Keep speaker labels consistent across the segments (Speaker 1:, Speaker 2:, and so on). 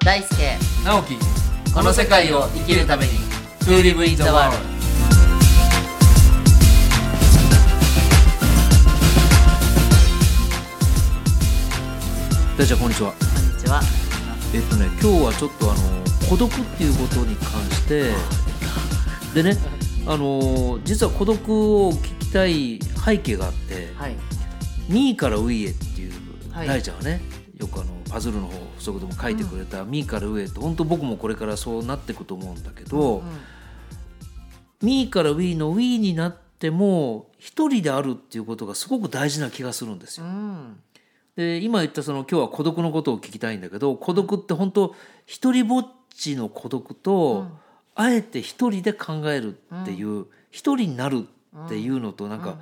Speaker 1: 大輔
Speaker 2: 直樹
Speaker 1: この世界を生きるために
Speaker 2: To live in the world 大ちゃんこんにちは
Speaker 1: こんにちは
Speaker 2: えっとね今日はちょっとあの孤独っていうことに関してでねあの実は孤独を聞きたい背景があって、
Speaker 1: はい
Speaker 2: ミーからウイへっていう
Speaker 1: はい
Speaker 2: 大ちゃんがね、よくあのパズルの方不足でも書いてくれた、ミーからウイへって本当僕もこれからそうなっていくと思うんだけど、ミーからウィーのウィーになっても一人であるっていうことがすごく大事な気がするんです
Speaker 1: う
Speaker 2: よ。
Speaker 1: ん
Speaker 2: で今言ったその今日は孤独のことを聞きたいんだけど孤独って本当一人ぼっちの孤独と、あえて一人で考えるっていう、一人になるっていうのとなんか、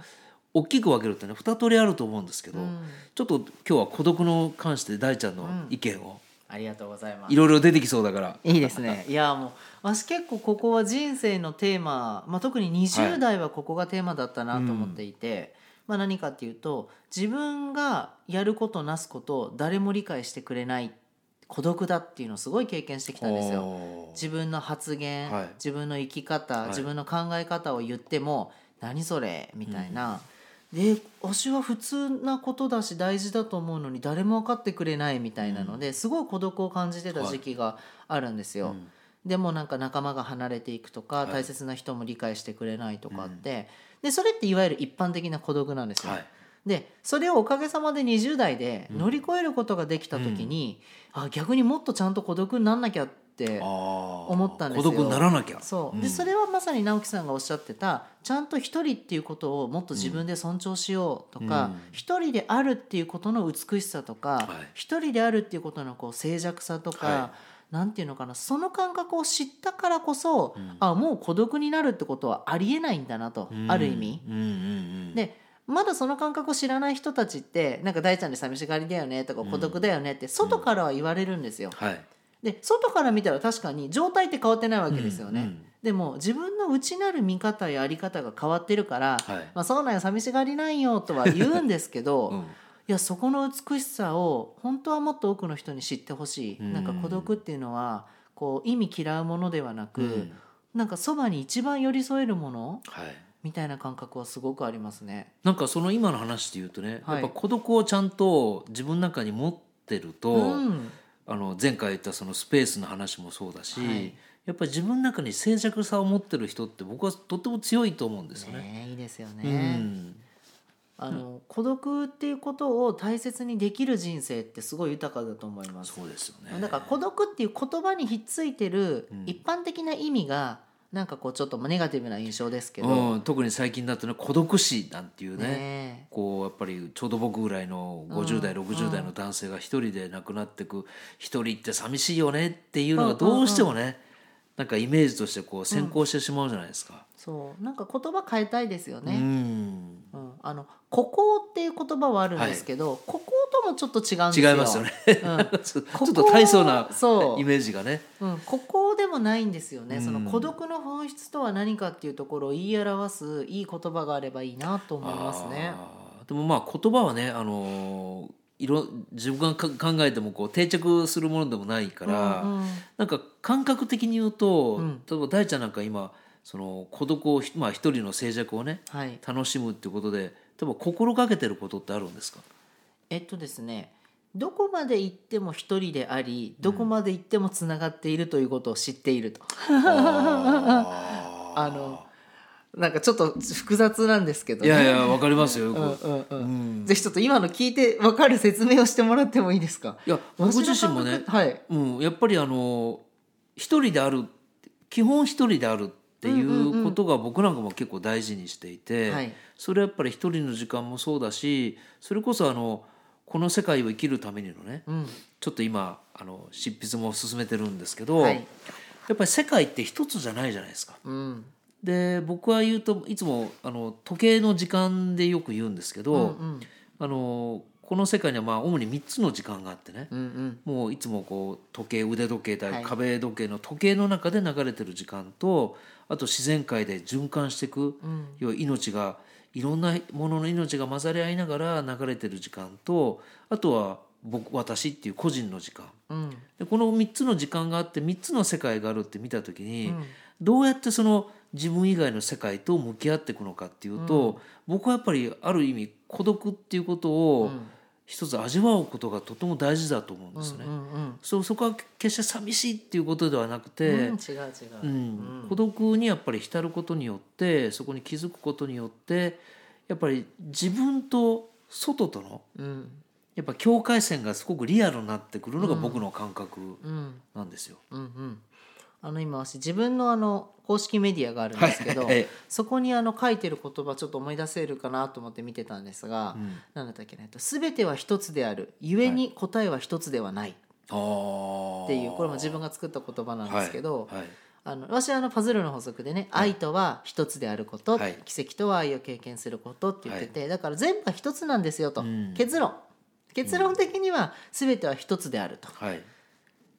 Speaker 2: 大きく分けるってね二通りあると思うんですけど、
Speaker 1: ん
Speaker 2: ちょっと今日は孤独の関して大ちゃんの意見を、
Speaker 1: ありがとうございます
Speaker 2: いろいろ出てきそうだから。
Speaker 1: いいですね。いやもう私結構ここは人生のテーマ、まあ、特に
Speaker 2: はい
Speaker 1: 20代はここがテーマだったなと思っていて、まあ、何かっていうと自分がやることなすことを誰も理解してくれない孤独だっていうのをすごい経験してきたんですよ。
Speaker 2: おー
Speaker 1: 自分の発言、
Speaker 2: はい
Speaker 1: 自分の生き方、
Speaker 2: い
Speaker 1: 自分の考え方を言っても「何それ」みたいな。で私は普通なことだし大事だと思うのに誰も分かってくれないみたいなので、すごい孤独を感じてた時期があるんですよ。
Speaker 2: うん
Speaker 1: でもなんか仲間が離れていくとか、
Speaker 2: い
Speaker 1: 大切な人も理解してくれないとかって、でそれっていわゆる一般的な孤独なんですよ。
Speaker 2: はい
Speaker 1: でそれをおかげさまで20代で乗り越えることができた時に、あ逆にもっとちゃんと孤独になんなきゃって
Speaker 2: 思
Speaker 1: 思ったんですよ
Speaker 2: 孤独にならなきゃ
Speaker 1: そうで
Speaker 2: ん
Speaker 1: それはまさに直樹さんがおっしゃってたちゃんと一人っていうことをもっと自分で尊重しようと
Speaker 2: う
Speaker 1: か
Speaker 2: ん
Speaker 1: 一、人であるっていうことの美しさとか
Speaker 2: い
Speaker 1: 一、人であるっていうことのこう静寂さとか、
Speaker 2: は
Speaker 1: なんていうのかなその感覚を知ったからこそ、あもう孤独になるってことはありえないんだなと、ある意味。
Speaker 2: うんうんうんうん
Speaker 1: でまだその感覚を知らない人たちってなんか大ちゃんで寂しがりだよねとか孤独だよねって外からは言われるんですよ。
Speaker 2: はい
Speaker 1: で外から見たら確かに状態って変わってないわけですよね、
Speaker 2: うんうん
Speaker 1: でも自分の内なる見方やあり方が変わってるから、
Speaker 2: はい
Speaker 1: まあ、そうなんよ寂しがりなんよとは言うんですけど、いやそこの美しさを本当はもっと多くの人に知ってほしい、
Speaker 2: うん
Speaker 1: なんか孤独っていうのはこう意味嫌うものではなく、
Speaker 2: うん
Speaker 1: なんかそばに一番寄り添えるもの
Speaker 2: はい
Speaker 1: みたいな感覚はすごくありますね。
Speaker 2: なんかその今の話で言うとね、
Speaker 1: はい
Speaker 2: やっぱ孤独をちゃんと自分の中に持ってると、
Speaker 1: うん
Speaker 2: あの前回言ったそのスペースの話もそうだし、
Speaker 1: はい
Speaker 2: やっぱり自分の中に静寂さを持ってる人って僕はとっても強いと思うんですよね。
Speaker 1: ねえいいですよね。
Speaker 2: うん
Speaker 1: あの、孤独っていうことを大切にできる人生ってすごい豊かだと思います。
Speaker 2: そうですよね。
Speaker 1: だから孤独っていう言葉にひっついてる一般的な意味が、なんかこうちょっとネガティブな印象ですけど、
Speaker 2: うん、特に最近だとね孤独死なんていうね
Speaker 1: ね
Speaker 2: こうやっぱりちょうど僕ぐらいの50代、60代の男性が一人で亡くなってく一人って寂しいよねっていうのがどうしてもね、なんかイメージとしてこう先行してしまうじゃないですか。
Speaker 1: そうなんか言葉変えたいですよ
Speaker 2: う
Speaker 1: ね。
Speaker 2: ん
Speaker 1: うんあの孤高っていう言葉はあるんですけど、孤高ともちょっと違うんですよ。
Speaker 2: 違いますよね。
Speaker 1: うん。
Speaker 2: ちょ ち
Speaker 1: ここ
Speaker 2: ょっと大層な
Speaker 1: そう
Speaker 2: イメージがね。
Speaker 1: うん、孤高でもないんですよね、
Speaker 2: うん
Speaker 1: その孤独の本質とは何かっていうところを言い表すいい言葉があればいいなと思いますね。
Speaker 2: あーでもまあ言葉はね、あのーいろ自分がか考えてもこう定着するものでもないから、
Speaker 1: うんうん
Speaker 2: なんか感覚的に言うと、
Speaker 1: うん
Speaker 2: 例えば大ちゃんなんか今その孤独をひまあ一人の静寂をね
Speaker 1: はい、
Speaker 2: 楽しむっていうことで多分心がけてることってあるんですか
Speaker 1: えっとですねどこまで行っても一人でありどこまで行ってもつながっているということを知っていると、
Speaker 2: あ
Speaker 1: あのなんかちょっと複雑なんですけど
Speaker 2: い
Speaker 1: ね
Speaker 2: やいやわかりますよよく、
Speaker 1: うんうんうん
Speaker 2: うん
Speaker 1: ぜひちょっと今の聞いて分かる説明をしてもらってもいいですか
Speaker 2: いや僕自身もね
Speaker 1: 私の感覚はい
Speaker 2: うん、やっぱりあの一人である基本一人であるっていうことが僕なんかも結構大事にしていて、
Speaker 1: はい
Speaker 2: それはやっぱり一人の時間もそうだしそれこそあのこの世界を生きるためにのね
Speaker 1: うん
Speaker 2: ちょっと今あの執筆も進めてるんですけど、
Speaker 1: はい
Speaker 2: やっぱり世界って一つじゃないじゃないですか。
Speaker 1: うん
Speaker 2: で僕は言うといつもあの時計の時間でよく言うんですけど、
Speaker 1: うんうん
Speaker 2: あのこの世界にはまあ主に3つの時間があってね、
Speaker 1: うんうん
Speaker 2: もういつもこう時計腕時計だ、
Speaker 1: はい
Speaker 2: 壁時計の時計の中で流れてる時間とあと自然界で循環していく、
Speaker 1: うん
Speaker 2: 要は命がいろんなものの命が混ざり合いながら流れてる時間とあとは僕私っていう個人の時間
Speaker 1: うん
Speaker 2: でこの3つの時間があって3つの世界があるって見た時に、どうやってその自分以外の世界と向き合っていくのかっていうと、僕はやっぱりある意味孤独っていうことを一つ味わうことがとても大事だと思うんですよね。
Speaker 1: うんうん
Speaker 2: そうそこは決して寂しいっていうことではなくて、
Speaker 1: うん違う違う、
Speaker 2: うん孤独にやっぱり浸ることによってそこに気づくことによってやっぱり自分と外との
Speaker 1: うん
Speaker 2: やっぱ境界線がすごくリアルになってくるのが僕の感覚
Speaker 1: うん
Speaker 2: なんですよ。
Speaker 1: うんうんあの今私自分のあの公式メディアがあるんですけど、
Speaker 2: はいはい
Speaker 1: そこにあの書いてる言葉ちょっと思い出せるかなと思って見てたんですが、
Speaker 2: うん
Speaker 1: なんだったっけね「すべては一つであるゆえに答えは一つではない」
Speaker 2: っ
Speaker 1: っていうこれも自分が作った言葉なんですけど、
Speaker 2: はいはい
Speaker 1: あの私はあのパズルの法則でね「愛とは一つであること」
Speaker 2: はい
Speaker 1: 奇跡とは愛を経験すること」って言ってて、だから全部は一つなんですよと、結論結論的には全ては一つであると。
Speaker 2: はい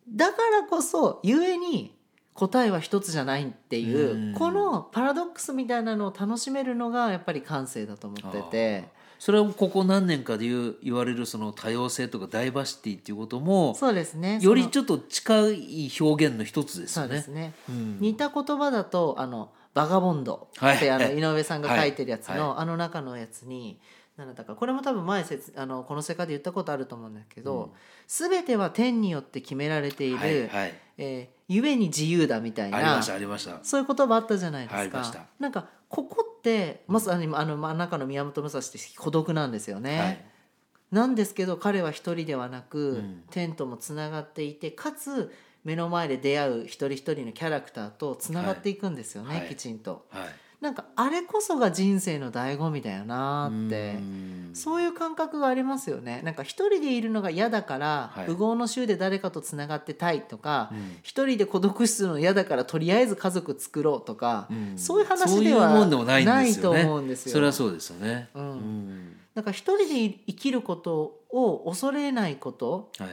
Speaker 1: だからこそゆえに答えは一つじゃないっていう、
Speaker 2: うん
Speaker 1: このパラドックスみたいなのを楽しめるのがやっぱり感性だと思ってて
Speaker 2: それはここ何年かで言う言われるその多様性とかダイバーシティっていうことも
Speaker 1: そうですね
Speaker 2: より
Speaker 1: ょ
Speaker 2: ちょっと近い表現の一つです
Speaker 1: そ
Speaker 2: よ
Speaker 1: うで
Speaker 2: ね
Speaker 1: す。ね、
Speaker 2: うん
Speaker 1: 似た言葉だとあのバガボンド
Speaker 2: はい
Speaker 1: って、あ
Speaker 2: は
Speaker 1: の
Speaker 2: い
Speaker 1: 井上さんが書いてるやつの、
Speaker 2: は
Speaker 1: あの中のやつになんだかこれも多分前説あのこの世界で言ったことあると思うんだけど、全ては天によって決められている、
Speaker 2: はいはい
Speaker 1: えーゆえに自由だみたい
Speaker 2: ありま
Speaker 1: な
Speaker 2: したありました。
Speaker 1: そういう言葉あったじゃないです
Speaker 2: ありま
Speaker 1: か
Speaker 2: した。
Speaker 1: なんかここってまずあのあの真ん中の宮本武蔵って孤独なんですよね。
Speaker 2: はい
Speaker 1: なんですけど彼は一人ではなく、
Speaker 2: ん
Speaker 1: 天ともつながっていてかつ目の前で出会う一人一人のキャラクターとつながっていくんですよね、
Speaker 2: はいはい
Speaker 1: きちんと。
Speaker 2: はい
Speaker 1: なんかあれこそが人生の醍醐味だよなーって。
Speaker 2: うん
Speaker 1: そういう感覚がありますよね。なんか一人でいるのが嫌だから、
Speaker 2: はい
Speaker 1: 無謀の州で誰かとつながってたいとか、
Speaker 2: うん
Speaker 1: 一人で孤独死するの嫌だからとりあえず家族作ろうとか、
Speaker 2: うん
Speaker 1: そういう話
Speaker 2: そうい
Speaker 1: で
Speaker 2: う
Speaker 1: は
Speaker 2: もんでもないん
Speaker 1: な
Speaker 2: で
Speaker 1: い
Speaker 2: す
Speaker 1: と
Speaker 2: よね。
Speaker 1: 思うんですよ。
Speaker 2: それはそうですよね。
Speaker 1: うん
Speaker 2: うん
Speaker 1: なんか一人で生きることを恐れないこと、
Speaker 2: はい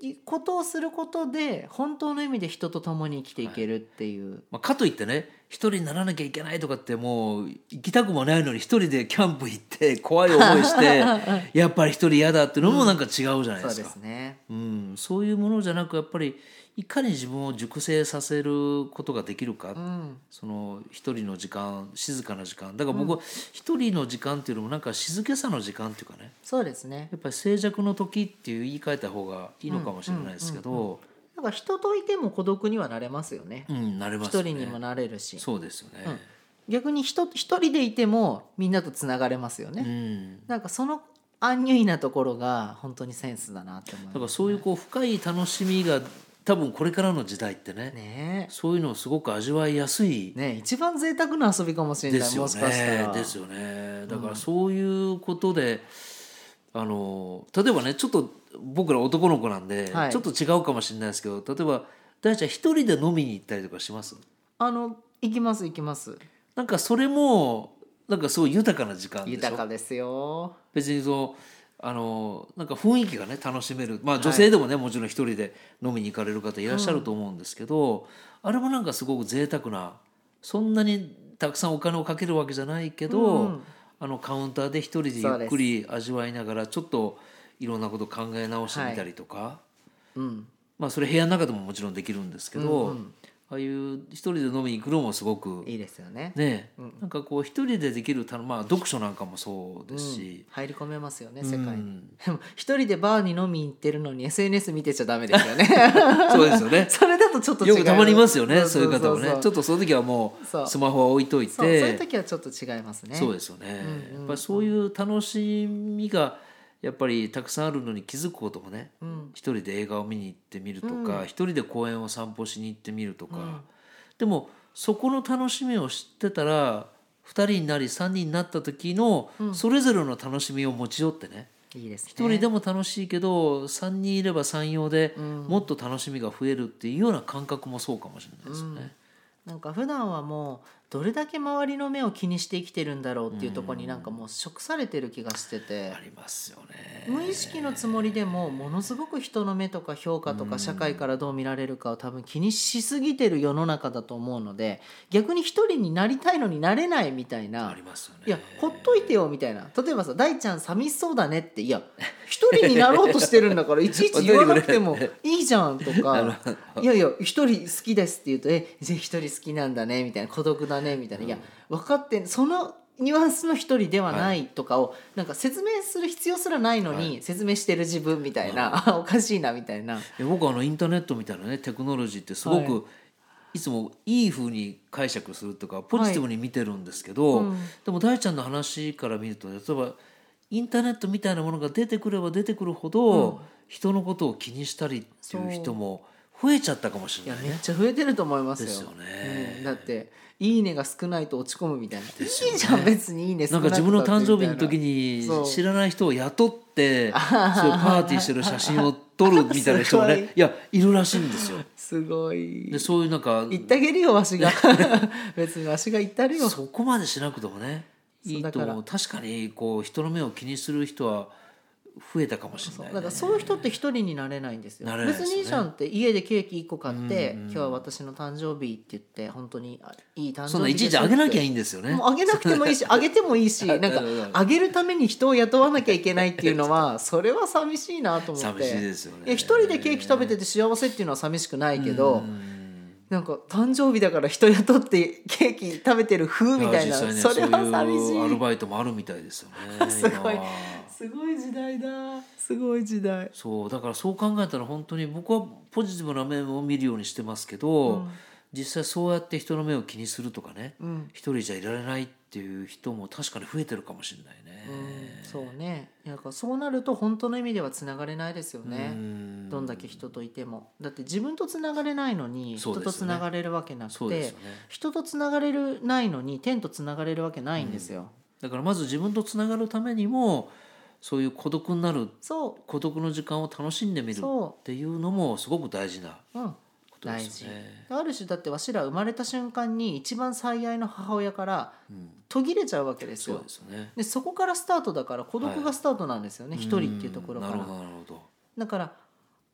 Speaker 1: いことをすることで本当の意味で人と共に生きていけるっていう。
Speaker 2: まあ、かといってね一人にならなきゃいけないとかってもう行きたくもないのに一人でキャンプ行って怖い思いして やっぱり一人嫌だっていうのもなんか違うじゃない
Speaker 1: そ
Speaker 2: で
Speaker 1: う
Speaker 2: す
Speaker 1: で
Speaker 2: か
Speaker 1: す。ね。
Speaker 2: うん、そういうものじゃなくやっぱりいかに自分を熟成させることができるか、
Speaker 1: うん。
Speaker 2: その一人の時間静かな時間だから僕は一人の時間っていうよりもなんか静けさの時間っていうかね
Speaker 1: そうですね。
Speaker 2: やっぱり静寂の時っていう言い換えた方がいいのかもしれないですけど、
Speaker 1: なんか人といても孤独にはなれますよね。
Speaker 2: うんなれま
Speaker 1: 一
Speaker 2: すよね
Speaker 1: 人にもなれるし。
Speaker 2: そうですよね、
Speaker 1: 逆に人一人でいてもみんなとつながれますよね、
Speaker 2: うん、
Speaker 1: なんかそのアンニュイなところが本当にセンスだなって思い
Speaker 2: だか
Speaker 1: ま
Speaker 2: ら
Speaker 1: す
Speaker 2: そういうこう深い楽しみが多分これからの時代ってね
Speaker 1: ね
Speaker 2: そういうのをすごく味わいやすい
Speaker 1: えねえ一番贅沢な遊びかもしれない、
Speaker 2: ですよ
Speaker 1: もしかした
Speaker 2: ね
Speaker 1: ら。
Speaker 2: ですよねだからそういうことで、あの例えばねちょっと僕ら男の子なんで、
Speaker 1: はい
Speaker 2: ちょっと違うかもしれないですけど例えば大ちゃん一人で飲みに行ったりとかします
Speaker 1: あの行きます行きます
Speaker 2: なんかそれもなんかすごい豊かな時間でし
Speaker 1: 豊
Speaker 2: ょ
Speaker 1: かですよ
Speaker 2: 別にそうあのなんか雰囲気がね楽しめるまあ女性でもね、もちろん一人で飲みに行かれる方いらっしゃると思うんですけど、あれもなんかすごく贅沢なそんなにたくさんお金をかけるわけじゃないけど、
Speaker 1: うん
Speaker 2: あのカウンターで一人でゆっくり味わいながらちょっといろんなこと考え直してみたりとか、
Speaker 1: うん
Speaker 2: まあそれ部屋の中でももちろんできるんですけど、
Speaker 1: うんうん
Speaker 2: ああいう一人で飲みに行くのもすごく
Speaker 1: いいですよね
Speaker 2: ね、なんかこう一人でできるたまあ読書なんかもそうですし。
Speaker 1: 入り込めますよね世界に、
Speaker 2: うん
Speaker 1: でも一人でバーに飲みに行ってるのに SNS 見てちゃダメですよね
Speaker 2: そうですよね。
Speaker 1: それだとちょっと違う
Speaker 2: よくたまにいますよね、そういう
Speaker 1: そ
Speaker 2: 方
Speaker 1: う
Speaker 2: もね。ちょっとその時はも
Speaker 1: そう
Speaker 2: うスマホは置いとい
Speaker 1: そうそういう
Speaker 2: て、
Speaker 1: 時はちょっと違いますね
Speaker 2: そうですよね
Speaker 1: うんうん。
Speaker 2: やっぱりそういう楽しみがやっぱりたくさんあるのに気づくこともね
Speaker 1: うん、
Speaker 2: 一人で映画を見に行ってみると
Speaker 1: う
Speaker 2: か、一人で公園を散歩しに行ってみるとか、でもそこの楽しみを知ってたら、2人になり3人になった時のそれぞれの楽しみを持ち寄ってね。
Speaker 1: いいですね
Speaker 2: 一人でも楽しいけど3人いれば34でもっと楽しみが増えるっていうような感覚もそうかもしれないですよね。
Speaker 1: なんか普段はもうどれだけ周りの目を気にして生きてるんだろうっていうところになんかもう食されてる気がしてて
Speaker 2: ありますよね
Speaker 1: 無意識のつもりでもものすごく人の目とか評価とか社会からどう見られるかを多分気にしすぎてる世の中だと思うので逆に一人になりたいのになれないみたいな
Speaker 2: ありますよね
Speaker 1: いやほっといてよみたいな例えばさ「大ちゃん寂しそうだね」っていや一人になろうとしてるんだ からいちいち言わなくてもいいじゃんとか「いやいや一人好きです」って言うと「えじゃあ一人好きなんだね」みたいな「孤独だね」みたいな「いや分かってんそのニュアンスの一人ではない」とかを、なんか説明する必要すらないのに、説明してる自分みたいな、 おかしいなみたいな。
Speaker 2: いや僕あのインターネットみたいなねテクノロジーってすごく、、
Speaker 1: はい
Speaker 2: つもいい風に解釈するとかポジティブに見てるんですけど、
Speaker 1: うん
Speaker 2: でも大ちゃんの話から見ると例えばインターネットみたいなものが出てくれば出てくるほど、人のことを気にしたりっていう人も増えちゃったかも
Speaker 1: い
Speaker 2: しれ
Speaker 1: や
Speaker 2: ない
Speaker 1: めっ
Speaker 2: ね。
Speaker 1: ちゃ増えてると思いますよ。
Speaker 2: ですよね
Speaker 1: うんだって「いいね」が少ないと落ち込むみたいな。
Speaker 2: ですよね
Speaker 1: いいじゃん別に「いいね」少
Speaker 2: なんか
Speaker 1: くた
Speaker 2: 自
Speaker 1: って
Speaker 2: 分
Speaker 1: み
Speaker 2: の
Speaker 1: たい
Speaker 2: 誕生日の時に
Speaker 1: そう
Speaker 2: 知らない人を雇ってそういうパーティーしてる写真を撮るみたい な人も
Speaker 1: すごい
Speaker 2: ねいやいるらしいんですよ。
Speaker 1: すごい
Speaker 2: で。そういうなんか
Speaker 1: 言ってあげるよわしが 別にわしが言ってあるよ。
Speaker 2: そこまでしなくてもね
Speaker 1: そう
Speaker 2: いいと
Speaker 1: だか
Speaker 2: 思う確かにこう人の目を気にする人は増えたかもしれない、
Speaker 1: だ
Speaker 2: ね、
Speaker 1: からそういう人って一人になれないんですよ
Speaker 2: なれないですよ
Speaker 1: 別
Speaker 2: ね
Speaker 1: にいいじゃんって家でケーキ1個買って、今日は私の誕生日って言って本当にあいい誕生日
Speaker 2: そんないちいちあげなきゃいい
Speaker 1: い
Speaker 2: んですよね
Speaker 1: もうあげなくてもい いしあげてもいいしなんか
Speaker 2: なるほど
Speaker 1: あげるために人を雇わなきゃいけないっていうのはそれは寂しいなと思って
Speaker 2: 寂しいですよね
Speaker 1: いや一人でケーキ食べてて幸せっていうのは寂しくないけど、なんか誕生日だから人雇ってケーキ食べてる風みたいな
Speaker 2: や実際ね
Speaker 1: それは寂し
Speaker 2: そういうアル
Speaker 1: い
Speaker 2: バイトもあるみたいですよね
Speaker 1: すごい
Speaker 2: 今は
Speaker 1: すごい時代だすごい時代
Speaker 2: そうだからそう考えたら本当に僕はポジティブな面を見るようにしてますけど、実際そうやって人の目を気にするとかね、
Speaker 1: うん
Speaker 2: 一人じゃいられないっていう人も確かに増えてるかもしれないね。
Speaker 1: うんそうねなんかそうなると本当の意味ではつながれないですよ
Speaker 2: う
Speaker 1: ね
Speaker 2: ん
Speaker 1: どんだけ人といてもだって自分とつながれないのに
Speaker 2: そう
Speaker 1: 人
Speaker 2: です
Speaker 1: と
Speaker 2: よね
Speaker 1: つながれるわけな
Speaker 2: そ
Speaker 1: く
Speaker 2: う
Speaker 1: て、
Speaker 2: ですよね
Speaker 1: 人とつながれるないのに天とつながれるわけないんですよ、
Speaker 2: だからまず自分とつながるためにもそういう孤独になる
Speaker 1: そ
Speaker 2: 孤独の時間を楽しんでみる
Speaker 1: そう
Speaker 2: っていうのもすごく大事な
Speaker 1: ううん
Speaker 2: ことですよ
Speaker 1: 大
Speaker 2: ね。
Speaker 1: ある種だってわしら生まれた瞬間に一番最愛の母親から途切れちゃうわけです
Speaker 2: そ
Speaker 1: よ、
Speaker 2: うですよね。
Speaker 1: でそこからスタートだから孤独がスタートなんですよね一、人っていうところから
Speaker 2: なるほどなるほど。
Speaker 1: だから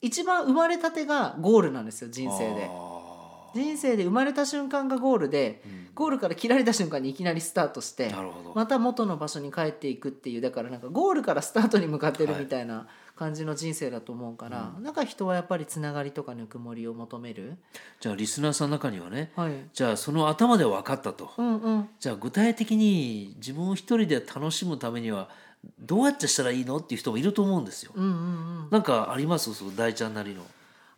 Speaker 1: 一番生まれたてがゴールなんですよ人生で
Speaker 2: あ
Speaker 1: 人生で生まれた瞬間がゴールで、ゴールから切られた瞬間にいきなりスタートして
Speaker 2: ーなるほど。
Speaker 1: また元の場所に帰っていくっていうだからなんかゴールからスタートに向かってるみたいな感じの人生だと思うから、なんか人はやっぱりつながりとかぬくもりを求める、
Speaker 2: じゃあリスナーさんの中にはね、
Speaker 1: はい、
Speaker 2: じゃあその頭で分かったと。
Speaker 1: うんうん
Speaker 2: じゃあ具体的に自分を一人で楽しむためにはどうやってしたらいいのっていう人もいると思うんですよ。
Speaker 1: うんうんうん
Speaker 2: なんかありますその大ちゃんなりの。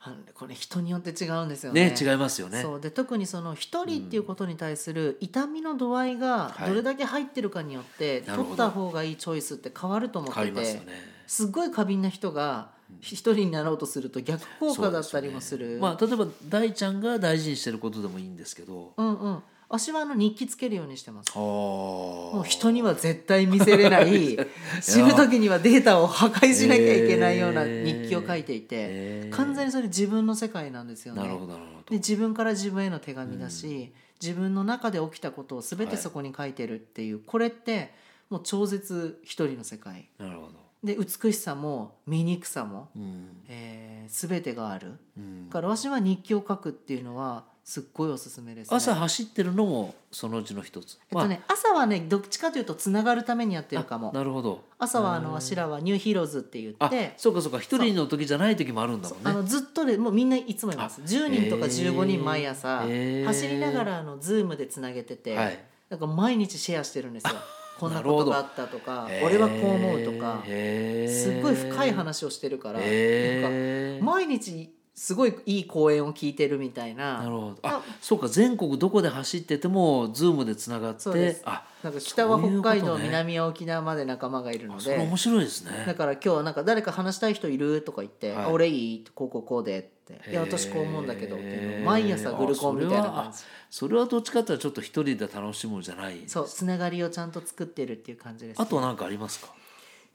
Speaker 1: あこれ人によって違うんですよね
Speaker 2: ね違いますよね。
Speaker 1: そうで特にその一人っていうことに対する痛みの度合いが
Speaker 2: はい
Speaker 1: どれだけ入ってるかによって、
Speaker 2: なる
Speaker 1: 取
Speaker 2: ほど
Speaker 1: った方がいいチョイスって変わると思
Speaker 2: 変
Speaker 1: っ
Speaker 2: わ
Speaker 1: て
Speaker 2: ります
Speaker 1: て
Speaker 2: よね。
Speaker 1: すっごい過敏な人が一人になろうとすると逆効果だったりもする。
Speaker 2: まあ、例えば大ちゃんが大事にしてることでもいいんですけど
Speaker 1: うんうん、私はあの日記つけるようにしてます。も
Speaker 2: も
Speaker 1: う人には絶対見せれない 死ぬ時にはデータを破壊しなきゃいけないような日記を書いていて、
Speaker 2: えー
Speaker 1: 完全にそれ自分の世界なんですよね。
Speaker 2: なるほどなるほ
Speaker 1: で
Speaker 2: ど
Speaker 1: 自分から自分への手紙だし、自分の中で起きたことを全てそこに書いてるっていう、これってもう超絶一人の世界
Speaker 2: なるほど、
Speaker 1: で美しさも醜さも、
Speaker 2: うん
Speaker 1: えー全てがある、
Speaker 2: うん
Speaker 1: だから私は日記を書くっていうのはすっごいおすすめです、ね、
Speaker 2: 朝走ってるのもそのうちの一つ、
Speaker 1: えっとね、朝はねどっちかというとつながるためにやってるか
Speaker 2: まあ
Speaker 1: も
Speaker 2: なるほど
Speaker 1: 朝はあのわしらはニューヒーローズって言
Speaker 2: あ
Speaker 1: って
Speaker 2: そうかそうか一人の時じゃない時もあるんだもん
Speaker 1: あ
Speaker 2: ね
Speaker 1: のずっとでもうみんないつもいます10人とか15人毎朝、
Speaker 2: へー
Speaker 1: 走りながらあのズームでつなげてて、
Speaker 2: はい
Speaker 1: なんか毎日シェアしてるんですよこんな
Speaker 2: なるほ
Speaker 1: こ
Speaker 2: ど
Speaker 1: とがあったとか俺はこう思うとかす
Speaker 2: す
Speaker 1: っごい深い話をしてるから、なんか
Speaker 2: へー
Speaker 1: 毎日すごいいい講演を聞いてるみたい
Speaker 2: なる
Speaker 1: な。
Speaker 2: ほどあそうか全国どこで走っててもズームでつながっ
Speaker 1: そうで
Speaker 2: て
Speaker 1: す
Speaker 2: あ
Speaker 1: なんか北は
Speaker 2: そういう
Speaker 1: 北
Speaker 2: こ
Speaker 1: 海
Speaker 2: と
Speaker 1: 道、
Speaker 2: ね
Speaker 1: 南は沖縄まで仲間がいるの
Speaker 2: それ
Speaker 1: で
Speaker 2: 面白いですね
Speaker 1: だから今日はなんか誰か話したい人いるとか言って「
Speaker 2: はい
Speaker 1: あ俺いい?」こうこうこうでって「いや
Speaker 2: へー
Speaker 1: 私こう思うんだけど」っていうのを毎朝グルコンみたいな感じ
Speaker 2: あそれはそれはどっちかっていうとちょっと一人で楽しむじゃない
Speaker 1: そうつながりをちゃんと作ってるっていう感じです
Speaker 2: あとは何かありますか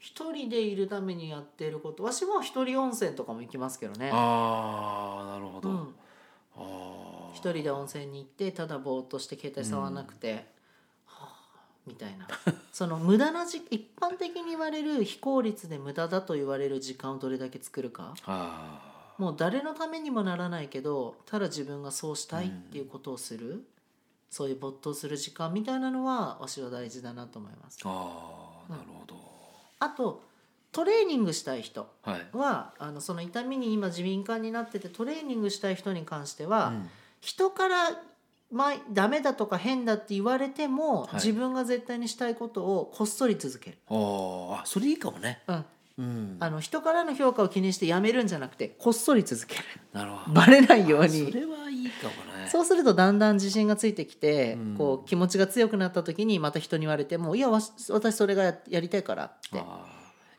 Speaker 1: 一人でいるためにやってることわしも一人温泉とかも行きますけどね
Speaker 2: ああなるほど、
Speaker 1: うん
Speaker 2: あー
Speaker 1: 一人で温泉に行ってただぼーっとして携帯触らなくて、はあみたいな その無駄なじ一般的に言われる非効率で無駄だと言われる時間をどれだけ作るか
Speaker 2: あ
Speaker 1: もう誰のためにもならないけどただ自分がそうしたいっていうことをする、そういう没頭する時間みたいなのはわしは大事だなと思います
Speaker 2: ー。あーなるほど、
Speaker 1: あとトレーニングしたい人
Speaker 2: はい、
Speaker 1: はあのその痛みに今敏感になっててトレーニングしたい人に関しては、
Speaker 2: うん
Speaker 1: 人から、まあ、ダメだとか変だって言われても、
Speaker 2: はい
Speaker 1: 自分が絶対にしたいことをこっそり続ける、
Speaker 2: あーあそれいいかもね
Speaker 1: うん、
Speaker 2: うん
Speaker 1: あの人からの評価を気にしてやめるんじゃなくてこっそり続ける
Speaker 2: なるほど
Speaker 1: バレないよう
Speaker 2: そ
Speaker 1: に
Speaker 2: れはいいかもね
Speaker 1: そうするとだんだん自信がついてきて、
Speaker 2: うん
Speaker 1: こう気持ちが強くなった時にまた人に言われても「いやわし私それがややりたいから」って
Speaker 2: あ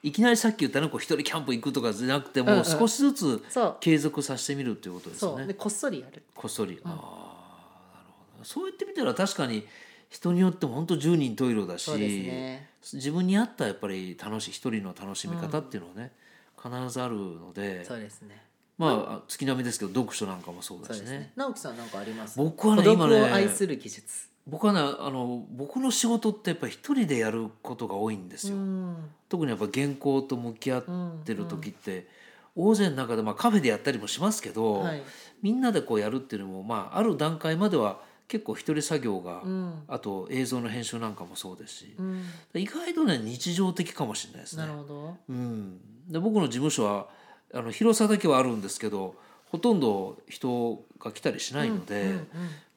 Speaker 2: ーいきなりさっき言ったねこう一人キャンプ行くとかじゃなくても、
Speaker 1: うんうん
Speaker 2: 少しずつ
Speaker 1: そう
Speaker 2: 継続させてみるっていうことです
Speaker 1: そうで
Speaker 2: ね
Speaker 1: こっそりやる
Speaker 2: こっそり、ああなるほどそうやってみたら確かに人によっても本当十人十色だし、
Speaker 1: そうですね
Speaker 2: 自分に合ったやっぱり楽しい一人の楽しみ方っていうのはね、必ずあるので
Speaker 1: そうですね
Speaker 2: まああ月並みですけど読書なんかもそうだ
Speaker 1: そう
Speaker 2: し
Speaker 1: で
Speaker 2: ね
Speaker 1: すね直樹さんなんかあります
Speaker 2: 僕はね
Speaker 1: 孤独
Speaker 2: 今ね
Speaker 1: を愛する技術
Speaker 2: 僕はねあの僕の仕事ってやっぱり一人でやることが多いんですよ、
Speaker 1: うん
Speaker 2: 特にやっぱ原稿と向き合ってる時って、大勢の中で、まあ、カフェでやったりもしますけど、
Speaker 1: はい
Speaker 2: みんなでこうやるっていうのも、まあ、ある段階までは結構一人作業が、
Speaker 1: うん
Speaker 2: あと映像の編集なんかもそうですし
Speaker 1: う、ん
Speaker 2: 意外とね日常的かもしれないですね
Speaker 1: なる。ほど
Speaker 2: うん、で僕の事務所はあの広さだけはあるんですけどほとんど人が来たりしないので、
Speaker 1: うんうん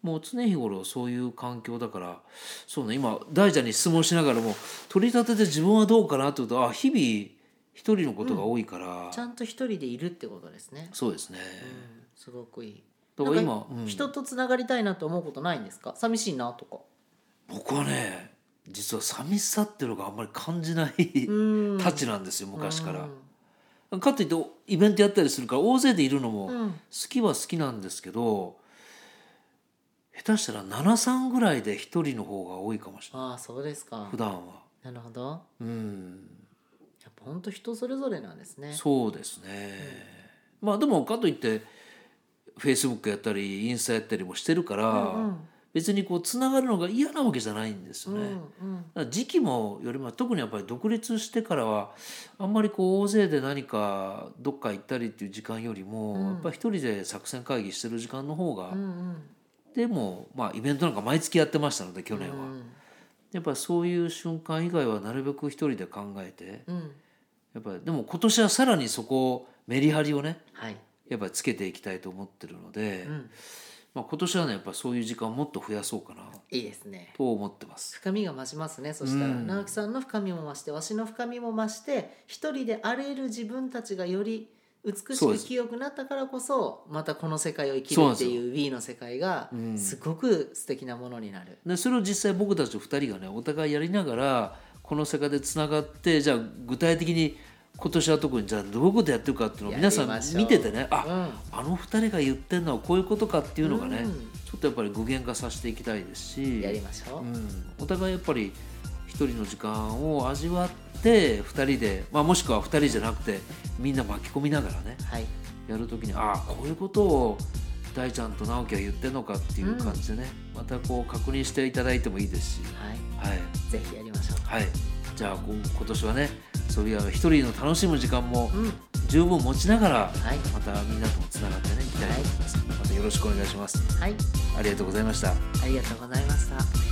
Speaker 2: もう常日頃そういう環境だからそうね今大ちゃんに質問しながらも取り立てて自分はどうかなってことあ日々一人のことが多いから、
Speaker 1: ちゃんと一人でいるってことですね、
Speaker 2: そうですね。
Speaker 1: うん、すごくいい
Speaker 2: だから
Speaker 1: なん
Speaker 2: 今
Speaker 1: か、
Speaker 2: うん
Speaker 1: 人とつながりたいなと思うことないんですか寂しいなとか
Speaker 2: 僕はね実は寂しさっていうのがあんまり感じない
Speaker 1: うん
Speaker 2: たちなんですよ昔から
Speaker 1: う。
Speaker 2: かといってイベントやったりするから大勢でいるの
Speaker 1: ん
Speaker 2: も、
Speaker 1: うん
Speaker 2: 好きは好きなんですけど下手したら73ぐらいで一人の方が多いかもしれない
Speaker 1: ああそうですか
Speaker 2: 普段は
Speaker 1: なるほど
Speaker 2: うん
Speaker 1: やっぱ本当人それぞれなんですね
Speaker 2: そうですね、まあでもかといってフェイスブックやったりインスタやったりもしてるから、
Speaker 1: うん
Speaker 2: 別にこうつながるのが嫌なわけじゃないんです
Speaker 1: う
Speaker 2: よ
Speaker 1: ん
Speaker 2: ね、
Speaker 1: うん
Speaker 2: だから時期もよりも特にやっぱり独立してからはあんまりこう大勢で何かどっか行ったりっていう時間よりも、
Speaker 1: うん
Speaker 2: やっぱり一人で作戦会議してる時間の方が、
Speaker 1: うんうん
Speaker 2: でも、まあ、イベントなんか毎月やってましたので去
Speaker 1: う
Speaker 2: 年は、
Speaker 1: ん
Speaker 2: やっぱりそういう瞬間以外はなるべく一人で考えて
Speaker 1: うん
Speaker 2: やっぱりでも今年はさらにそこをメリハリをね
Speaker 1: はい
Speaker 2: やっぱりつけていきたいと思ってるので、
Speaker 1: うん
Speaker 2: まあ、今年はねやっぱそういう時間をもっと増やそうかない
Speaker 1: いですね
Speaker 2: と思ってます。
Speaker 1: 深みが増しますねそしたら、
Speaker 2: うん
Speaker 1: 直樹さんの深みも増してわしの深みも増して一人であらゆる自分たちがより美し
Speaker 2: そうで
Speaker 1: く
Speaker 2: す
Speaker 1: 清くなったからこそまたこの世界を生き
Speaker 2: そう
Speaker 1: る
Speaker 2: なん
Speaker 1: っ
Speaker 2: です
Speaker 1: て
Speaker 2: よ
Speaker 1: いう Wii の世界が
Speaker 2: うん
Speaker 1: すごく素敵なものになる、
Speaker 2: でそれを実際僕たち2人がねお互いやりながらこの世界でつながってじゃあ具体的に今年は特にじゃあどういうことやってるかっていうのを皆さ
Speaker 1: やりまし
Speaker 2: ん
Speaker 1: ょう
Speaker 2: 見ててねあ、
Speaker 1: う
Speaker 2: あの2人が言ってるのはこういうことかっていうのがね、
Speaker 1: うん
Speaker 2: ちょっとやっぱり具現化させていきたいですし
Speaker 1: やりましょう、
Speaker 2: うん、お互いやっぱり1人の時間を味わって2人で、まあ、もしくは2人じゃなくてみんな巻き込みながらね
Speaker 1: はい
Speaker 2: やる時にああこういうことを大ちゃんと直樹は言ってんのかっていう感じでね、またこう確認していただいてもいいですし、
Speaker 1: はい
Speaker 2: はい
Speaker 1: ぜひやりましょ
Speaker 2: はい、じゃあこ今年はねそういう一人の楽しむ時間も
Speaker 1: ううん
Speaker 2: 十分持ちながら、
Speaker 1: はい
Speaker 2: またみんなともつながってねいきたいと思います、またよろしくお願いします
Speaker 1: はい
Speaker 2: ありがとうございました
Speaker 1: ありがとうございました